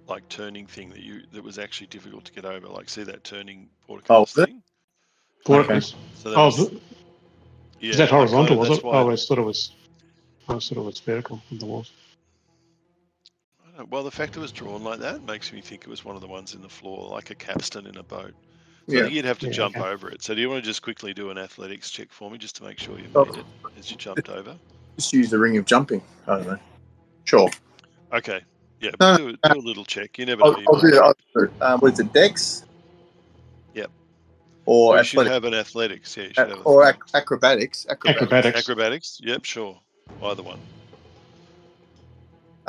like turning thing that you that was actually difficult to get over. Like, see that turning portcullis
was it?
thing?
Portcullis.
So that
Oh,
was-
is
yeah,
that
like,
horizontal?
uh,
was
that's
it? Oh, I
why-
always thought it was. I always thought it was vertical on the walls.
I don't know. well, the fact it was drawn like that makes me think it was one of the ones in the floor, like a capstan in a boat. So I
Yeah.
think you'd have to
Yeah,
jump
okay.
over it. So do you want to just quickly do an athletics check for me, just to make sure you
Oh.
made it as you jumped over?
Just use the ring of jumping. I don't know. Sure.
Okay. Yeah.
No,
Do, a- do a little check. You never
I'll,
know. You
I'll do
might-
that. I'll do it. Um, what is it, Dex?
Yep.
Or
you should
athletic,
have an athletics. Yeah. You should
ac-
have
or ac-
athletics.
acrobatics. Acrobatics.
Acrobatics.
acrobatics. Yep. Sure. Either one.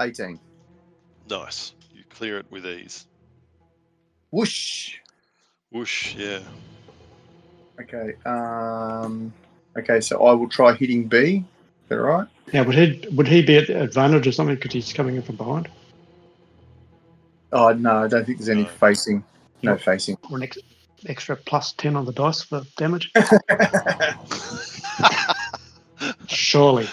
18.
Nice. You clear it with ease.
Whoosh.
Whoosh. Yeah.
Okay. Um, okay, so I will try hitting B. Is that all right?
Now, would he would he be at advantage or something because he's coming in from behind?
Oh, no, I don't think there's any
No.
facing. No facing.
Or an ex- extra plus 10 on the dice for damage? Surely.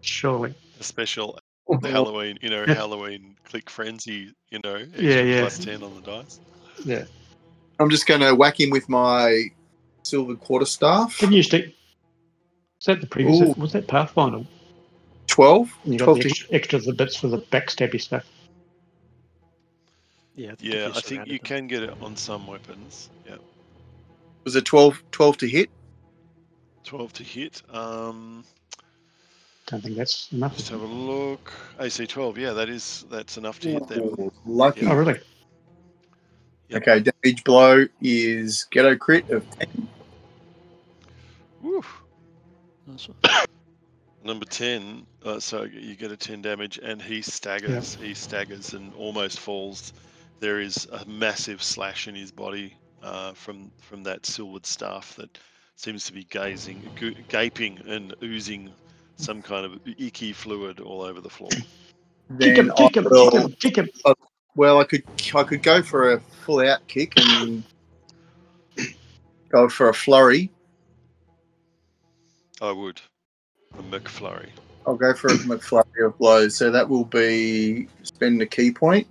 Surely.
A special Halloween. You know, Halloween click frenzy. You know, extra
Yeah, yeah.
plus ten on the dice.
I'm just going to whack him with my silver quarter staff.
Didn't you stick? Was that the previous?
Ooh.
Was that Pathfinder?
12.
And you got
12
the
to
extra, extra of the bits for the backstabby stuff.
Yeah, I think,
Yeah.
if
I think
surrounded
you
them-
can get it on some weapons. Yeah.
was a 12, 12 to hit.
12 to hit. Um,
Don't think that's enough.
just have a look. AC 12. Yeah, that is. That's enough to hit them.
Ooh, Lucky.
Oh, really?
Yep.
Okay, damage blow is ghetto crit of 10.
Woo.
Nice one.
Number 10. Uh, so you get a 10 damage, and he staggers. He staggers and almost falls. There is a massive slash in his body uh, from from that silvered staff that seems to be gazing, gu- gaping, and oozing some kind of icky fluid all over the floor.
Kick him,
Then I
kick him,
will-
kick him, kick him.
Well, I could I could go for a full out kick and go for a flurry.
I would. A McFlurry.
I'll go for a McFlurry of blows. So that will be spend a key point,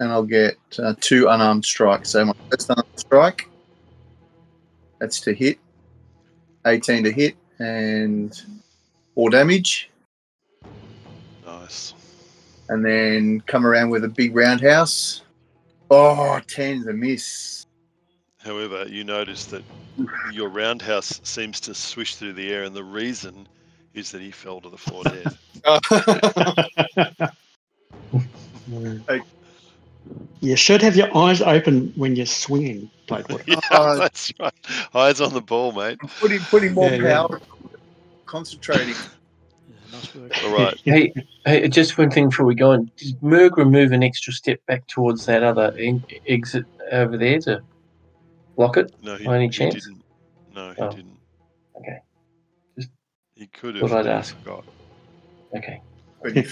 and I'll get uh, two unarmed strikes. So my first unarmed strike, that's to hit, eighteen to hit, and four damage,
Nice.
and then come around with a big roundhouse. Oh, 10's a miss.
However, you notice that your roundhouse seems to swish through the air, and the reason is that he fell to the floor dead.
You should have your eyes open when you're swinging, Bladewood.
yeah,
Oh.
that's right. Eyes on the ball, mate.
putting putting more
Yeah, yeah.
power, concentrating.
Yeah, nice work.
All right.
Hey, hey, just one thing before we go on. Did Murgra move an extra step back towards that other en- exit over there to block it?
No, he,
By any
he
chance?
didn't. No, he
Oh.
didn't.
Okay. Just
He could have.
thought I'd
but he
ask.
forgot.
Okay.
But you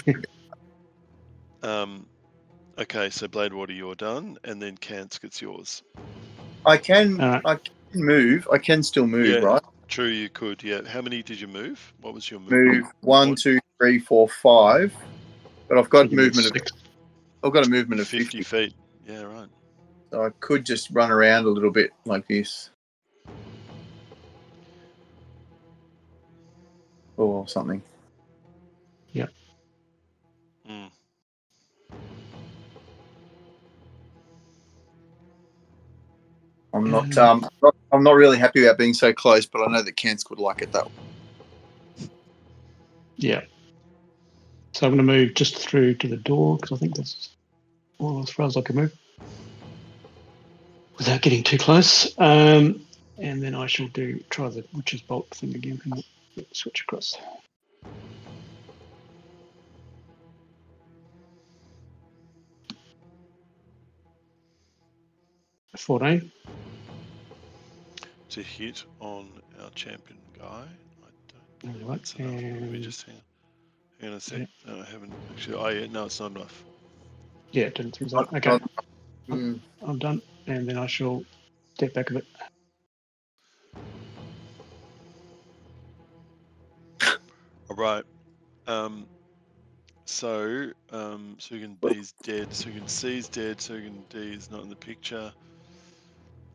Um, okay, so Bladewater, you're done, and then Kansk, it's yours.
I can
Alright.
I can move. I can still move,
Yeah.
right?
True, you could. Yeah. How many did you move? What was your move?
Move one, two, three, four, five. But I've got movement of
Six.
I've got a movement of
50,
fifty,
feet. Yeah, right.
so I could just run around a little bit like this, or Oh, something.
Mm.
I'm not um not- I'm not really happy about being so close, but I know that Kansk would like it that way.
Yeah. So I'm going to move just through to the door because I think that's all as far as I can move without getting too close. Um, and then I shall do try the witch's bolt thing again and switch across. Fourteen.
to hit on our champion guy. I don't think
Alright,
that's enough. Let me
and-
just hang And I said, no, I haven't actually. Oh, yeah, no, it's not enough.
Yeah, didn't think so. Okay,
Hmm.
I'm done, and then I shall step back a bit.
All right. Um, so, um, Sugan B is dead. Sugan C is dead. Sugan D is not in the picture.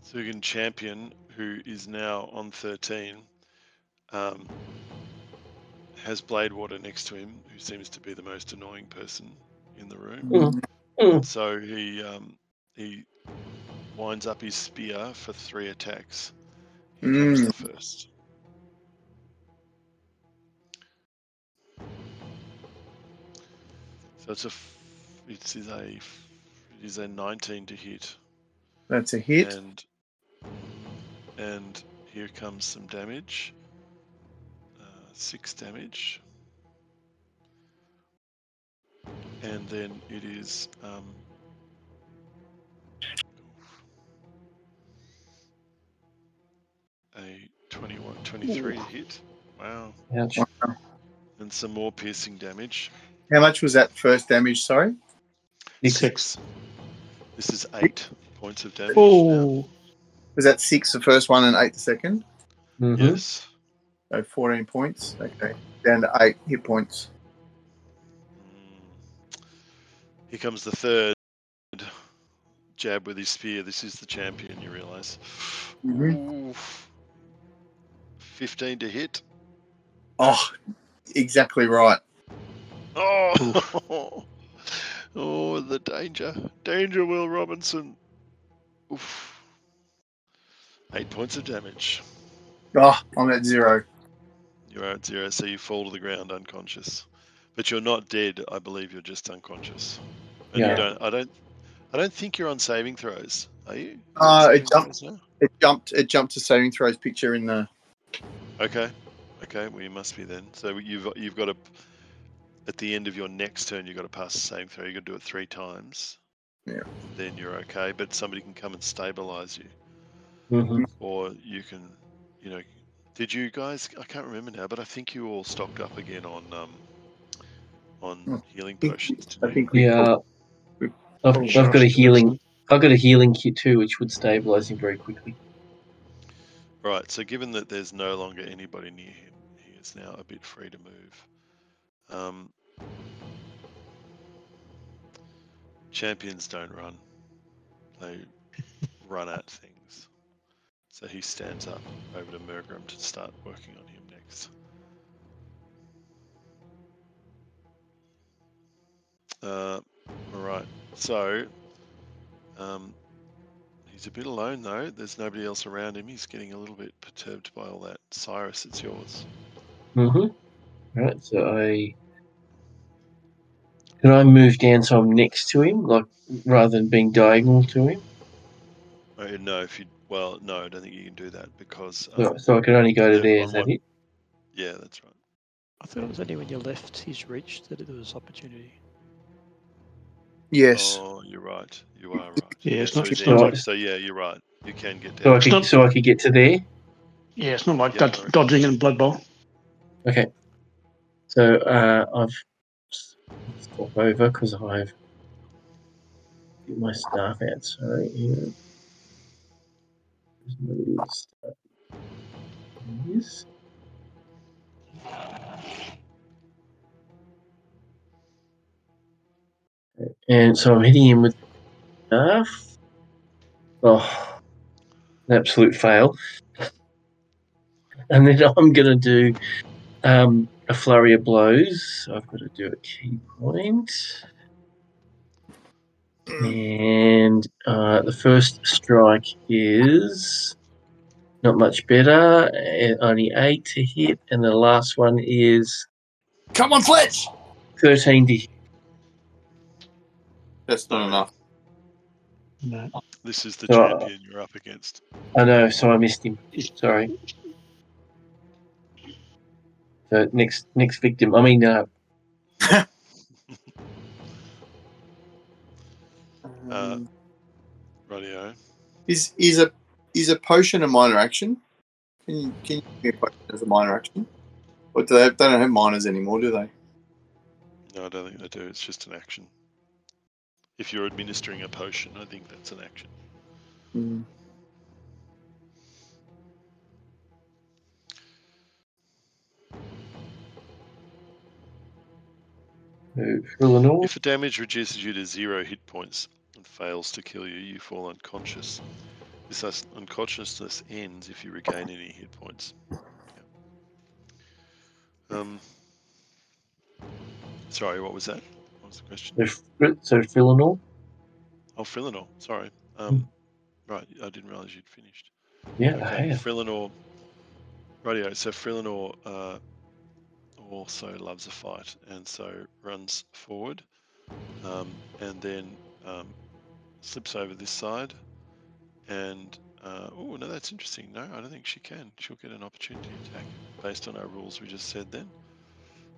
Sugan Champion, who is now on 13, um, has Bladewater next to him, who seems to be the most annoying person in the room. And so he um, he winds up his spear for three attacks. He drops
Mm.
the first. So it's a f- it is a f- it is a 19 to hit
That's a hit.
and and here comes some damage. Uh, six damage. And then it is um, a 21, 23 hit. Wow.
Ouch.
And some more piercing damage.
How much was that first damage? Sorry.
Six.
This is eight points of damage. now.
Oh,
Was that six the first one and eight the second?
Mhm.
Mm-hmm.
Yes.
So 14 points. Okay. Down to eight hit points.
Mm. Here comes the third jab with his spear. This is the champion, you realize. Oof. 15 to hit.
Oh, exactly right.
Oh, oh, the danger. Danger, Will Robinson. Oof. Eight points of damage.
Oh, I'm at zero.
You're at zero, so you fall to the ground unconscious. But you're not dead, I believe you're just unconscious. And
Yeah.
you don't I don't I don't think you're on saving throws, are you? You're on
Uh, it
saving
jumped.
throws now?
It jumped. It jumped to saving throws picture in the.
Okay. Okay, well you must be then. So you've you've got to at the end of your next turn you've got to pass the saving throw. You've got to do it three times.
Yeah.
Then you're okay. But somebody can come and stabilize you.
Mhm.
Or you can you know did you guys I can't remember now, but I think you all stocked up again on um on
Hmm.
healing
think-
potions, didn't
I
you?
think we.
Yeah. uh, I've, I've got a healing. I've got a healing kit too, which would stabilize him very quickly.
Right, so given that there's no longer anybody near him, he is now a bit free to move. Um, champions don't run, they run at things. So he stands up over to Murgram to start working on him next. Uh, Alright, so um, he's a bit alone though. There's nobody else around him. He's getting a little bit perturbed by all that. Cyrus, it's yours.
Mm-hmm. Right. So I can I move down so I'm next to him, like rather than being diagonal to him.
Oh, no, if you well, no, I don't think you can do that because um,
So, so I can only go to
yeah,
there.
on
Is that
one-
it?
yeah, that's right.
I thought it was only when you left his reach that there was opportunity.
Yes.
Oh, you're right. You are right.
Yeah, it's not-
so, he's
it's not
out.
like-
So, yeah, you're right. You can get
So I
down.
could so I could get to there.
yeah, it's not like
Yeah,
dod-
no.
dodging in Blood Bowl.
Okay. So uh, I've stop over because I've get my staff out. Sorry. here. There's my little staff. There it is. And so I'm hitting him with staff. Oh, an absolute fail. And then I'm going to do um, a flurry of blows. So I've got to do a key point. And uh, the first strike is not much better, eh, only eight to hit. And the last one is
Come on, Fletch.
13 to hit.
That's not enough.
No.
This is the
So, uh,
champion you're up against.
I know, so I missed him. Sorry. So next next victim. I mean, uh,
Uh,
Um,
Radio.
is is a is a potion a minor action? Can you can you give me a potion as a minor action? Or do they, they don't have minors anymore, do they?
No, I don't think they do. It's just an action. If you're administering a potion, I think that's an action.
Mm.
Move. Rule of North.
If the damage reduces you to zero hit points and fails to kill you, you fall unconscious. This us- unconsciousness ends if you regain any hit points. Yeah. Um, sorry, what was that? What was the question?
So, Fr- so Philanor.
Oh, Frillinor. Sorry. Um, right, I didn't realise you'd finished.
Yeah, the
Okay,
hair.
Frillinor. Radio. So Frillinor uh, also loves a fight and so runs forward um, and then um, slips over this side. And uh, oh, no, that's interesting. No, I don't think she can. She'll get an opportunity attack based on our rules we just said then.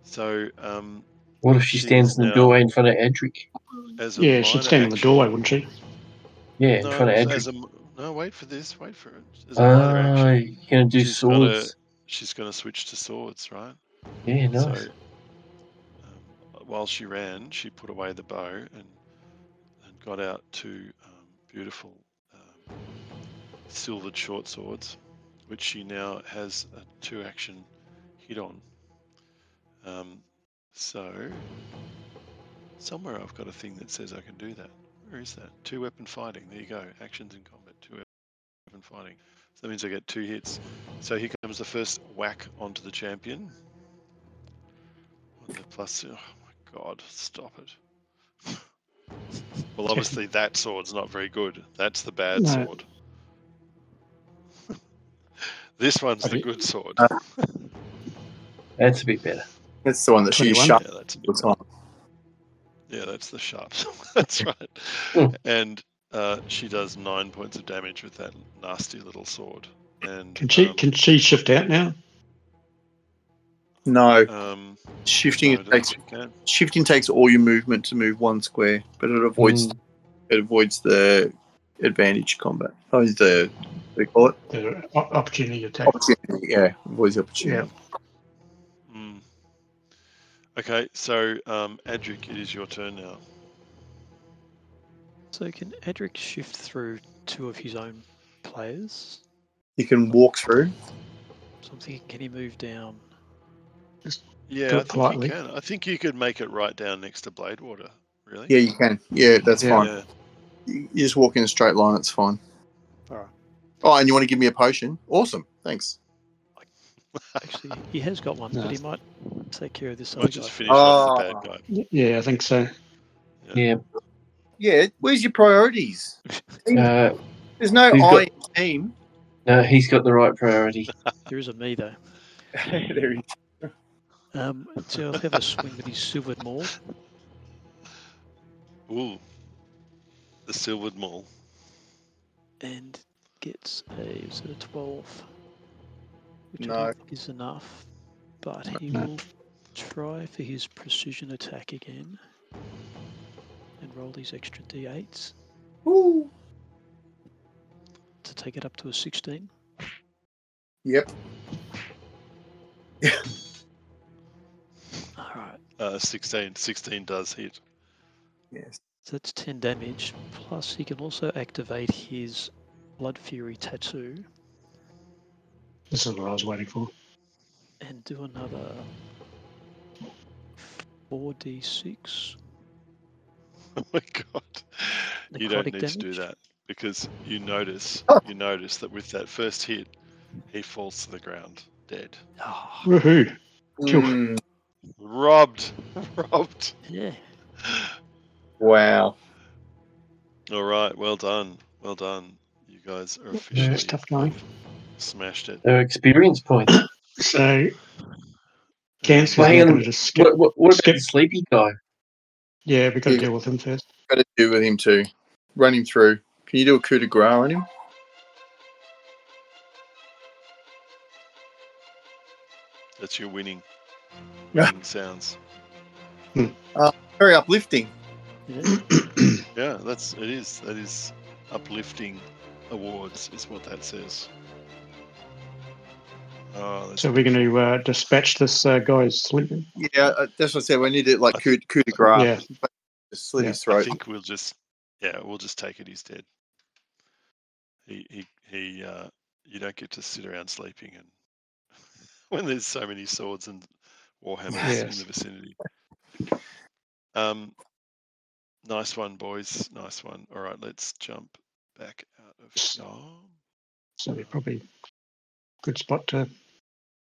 So, um,
What if she
She's
stands in the
now-
doorway in front of Edric?
as a
Yeah, she'd
minor
stand in the
action-
doorway, wouldn't she?
Yeah, in
No,
front of
as-
Edric.
as a m- no, wait for this. Wait for it. As a minor
Ah,
action,
you're gonna do
She's got a-
swords.
she's going to switch to swords, right?
Yeah, nice.
So, um, while she ran, she put away the bow and and got out two um, beautiful um, silvered short swords, which she now has a two-action hit on. Um, so, somewhere I've got a thing that says I can do that. Where is that? Two-weapon fighting. There you go. Actions in combat. Two-weapon fighting. So that means I get two hits. So here comes the first whack onto the champion. On the plus, oh my god, stop it. well, obviously that sword's not very good. That's the bad
No.
sword. this one's
Okay.
the good sword.
Uh,
That's a bit better.
That's the one that she
21.
shot
yeah, that's a bit
all the time.
Yeah, that's the sharp. sword. that's
Hmm.
right. and uh, she does nine points of damage with that nasty little sword. And
Can she
um,
can she shift out now?
No,
um,
shifting
no, I
it
don't think
takes
she can.
shifting takes all your movement to move one square, but it avoids
Mm.
it avoids the advantage combat. Oh, the they call it
The o- opportunity attack.
opportunity. Yeah, avoids the opportunity.
Mm. Okay, so um, Adric, it is your turn now.
So can Edric shift through two of his own players?
You can walk through.
So I'm thinking, can he move down?
Yeah, I
Do it
think
politely.
you can. I think you could make it right down next to Bladewater. Really?
Yeah, you can. Yeah, that's
Yeah.
fine. You you just walk in a straight line. It's fine.
All right.
Oh, and you want to give me a potion? Awesome. Thanks.
Actually, he has got one,
No.
but he might take care of this
Might
other guy.
just finish off the
Ah.
bad guy.
Y- Yeah, I think so.
Yeah.
Yeah, where's your priorities?
Uh,
There's no
He's
I in team.
no, he's got the right priority.
There is a me though.
there he is.
Um, so I'll have a swing with his silvered maul.
Ooh, the silvered maul.
and gets a, was it a 12? Which I
No.
don't think is enough, but he
No.
will try for his precision attack again and roll these extra d8s
Ooh.
to take it up to a 16.
Yep.
All right,
Uh, 16. 16 does hit.
Yes.
so that's 10 damage, plus he can also activate his Blood Fury tattoo
This is what I was waiting for.
and do another 4d6.
Oh my god. you don't
Necrotic
need to do
damage?
that because you notice
Oh.
you notice that with that first hit, he falls to the ground dead.
Ah,
Woohoo! Phew.
Mm,
Robbed. Robbed.
yeah.
wow.
All right. Well done. Well done. You guys are
Yeah,
officially
it's tough going.
smashed it.
They're experience points.
So Gans is
Well,
now
hang on.
going to just skip.
What, what, what about
Skip.
the sleepy guy?
Yeah, we've got to
Yeah.
deal with him first.
Got to do with him too. Run him through. Can you do a coup de grace on him?
That's your winning,
Yeah.
winning sounds.
Very uplifting.
yeah.
Yeah, that's it is. That is uplifting awards is what that says. Oh, that's
So we're going to uh, dispatch this uh, guy who's sleeping.
Yeah, uh, that's what I said. We need it like coup, coup de grace.
Yeah.
Just slit
Yeah,
his throat.
I think we'll just yeah, we'll just take it. He's dead. He he he. Uh, you don't get to sit around sleeping and when there's so many swords and warhammers in
Yes.
the vicinity. Um, nice one, boys. Nice one. All right, let's jump back out of Nom.
So we're probably good spot to
I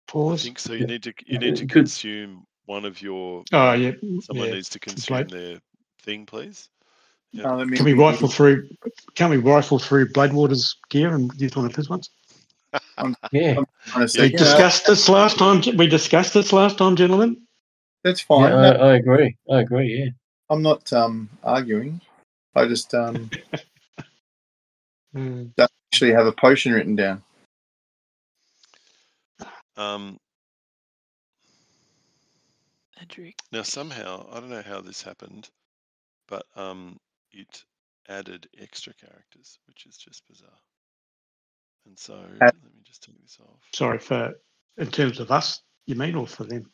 pause.
think so. You need to you
Yeah,
need to
it could-
consume one of your.
oh yeah.
Someone
yeah.
needs to consume
like-
their thing, please. Yeah.
No, I mean,
Can we rifle through? Can we rifle through Bloodwater's gear and use one of his ones?
Yeah.
honestly,
We
no,
discussed this last time. We discussed this last time, gentlemen.
that's
yeah
fine.
I, I agree. I agree. Yeah.
I'm not um, arguing. I just um,
Hmm.
actually have a potion written down.
Um,
Andrew,
Now, somehow, I don't know how this happened, but um, it added extra characters, which is just bizarre. And so, let me just take this off.
Sorry for in terms of us, you mean, or for them?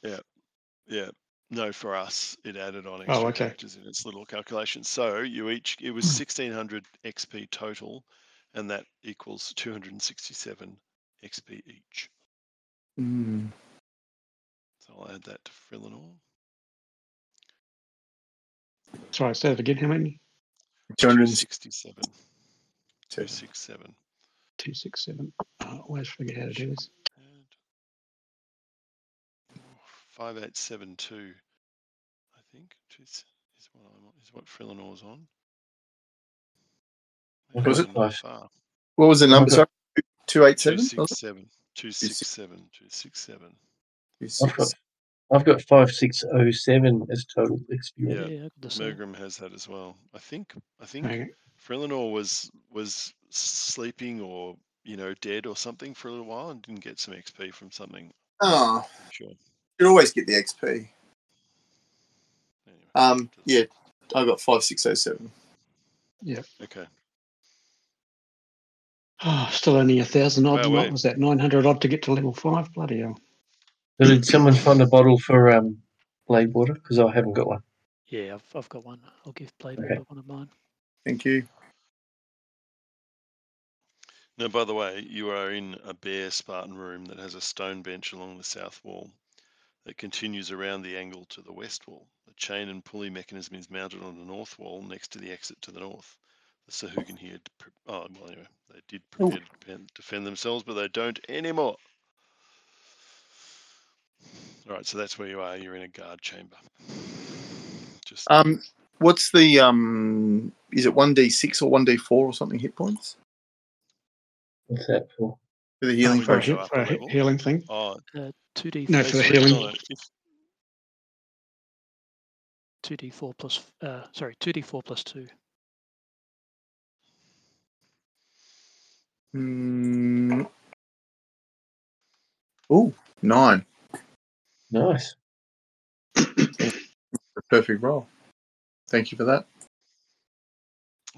Yeah, no, for us, it added on extra
Oh, okay. Mm.
characters in its little calculation. So you each, it was 1600 XP total, and that equals 267 XP each.
Mm.
So I'll add that to Frillinor.
Sorry, say that again. How many?
200.
267. 267.
Two, six, seven. Oh, I always forget how to do this.
And five eight seven two, I think, which is, is what I'm on, is what Frillinor's on. Maybe
Was
I'm
it?
not
Nice.
far.
What was the number?
Okay.
Sorry, 287?
267, 267, 267.
I've got I've got five six oh seven as total
Yeah,
yeah,
experience.
I got the same.
Mergrim has that as well. I think I think
Okay.
Frelinor was was sleeping or you know dead or something for a little while and didn't get some XP from something.
Oh,
I'm sure.
you always get the XP.
Anyway,
Um,
doesn't-
yeah, I got oh, 5607.
Okay.
Oh, still only a thousand odd.
Wow,
and what
wait.
was that? Nine hundred odd to get to level five. Bloody hell!
So did someone find a bottle for um blade water? Because I haven't got one.
Yeah, I've, I've got one. I'll give Blade
Okay.
Runner one of mine.
Thank you.
Now, by the way, you are in a bare Spartan room that has a stone bench along the south wall that continues around the angle to the west wall. The chain and pulley mechanism is mounted on the north wall next to the exit to the north. The Sahugan here, d- pre- oh, well, anyway, they did
Oh.
prepare to defend, defend themselves, but they don't anymore. All right, so that's where you are. You're in a guard chamber. Just
Um, what's the um? Is it one d six or one d four or something hit points
What's that for?
for the healing
Oh,
For a,
Sorry. Go
he-
potion?
up
for
a
a he-
level.
healing thing.
oh,
Uh, 2d4.
No,
they
for the
switched
healing.
on it. If-
2d4 plus, uh, sorry, 2d4 plus 2.
Mm. Ooh, nine.
Nice.
The perfect roll. Thank you for that.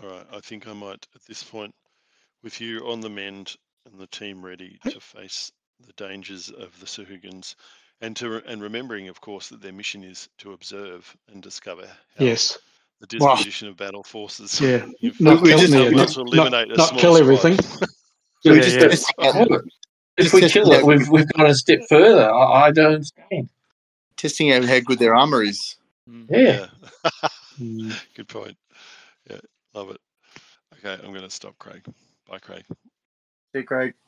All right, I think I might at this point, with you on the mend and the team ready to face the dangers of the Suhugans, and to re- and remembering, of course, that their mission is to observe and discover how
Yes.
the
Wow.
disposition of battle forces.
Yeah.
You've
Not
we
kill,
just-
yeah,
helped
not,
us
not-
eliminate a
not
small
kill
squad.
everything.
So
Yeah,
we just
yeah.
don't have it. If
Just
we
testing
kill it,
out-
we've we've gone a step further. I, I
Mm.
don't understand.
testing out how good their armor is.
Mm.
Yeah.
Yeah.
Mm.
Good point. Yeah, love it. Okay, I'm going to stop Craig. Bye, Craig.
See, Craig.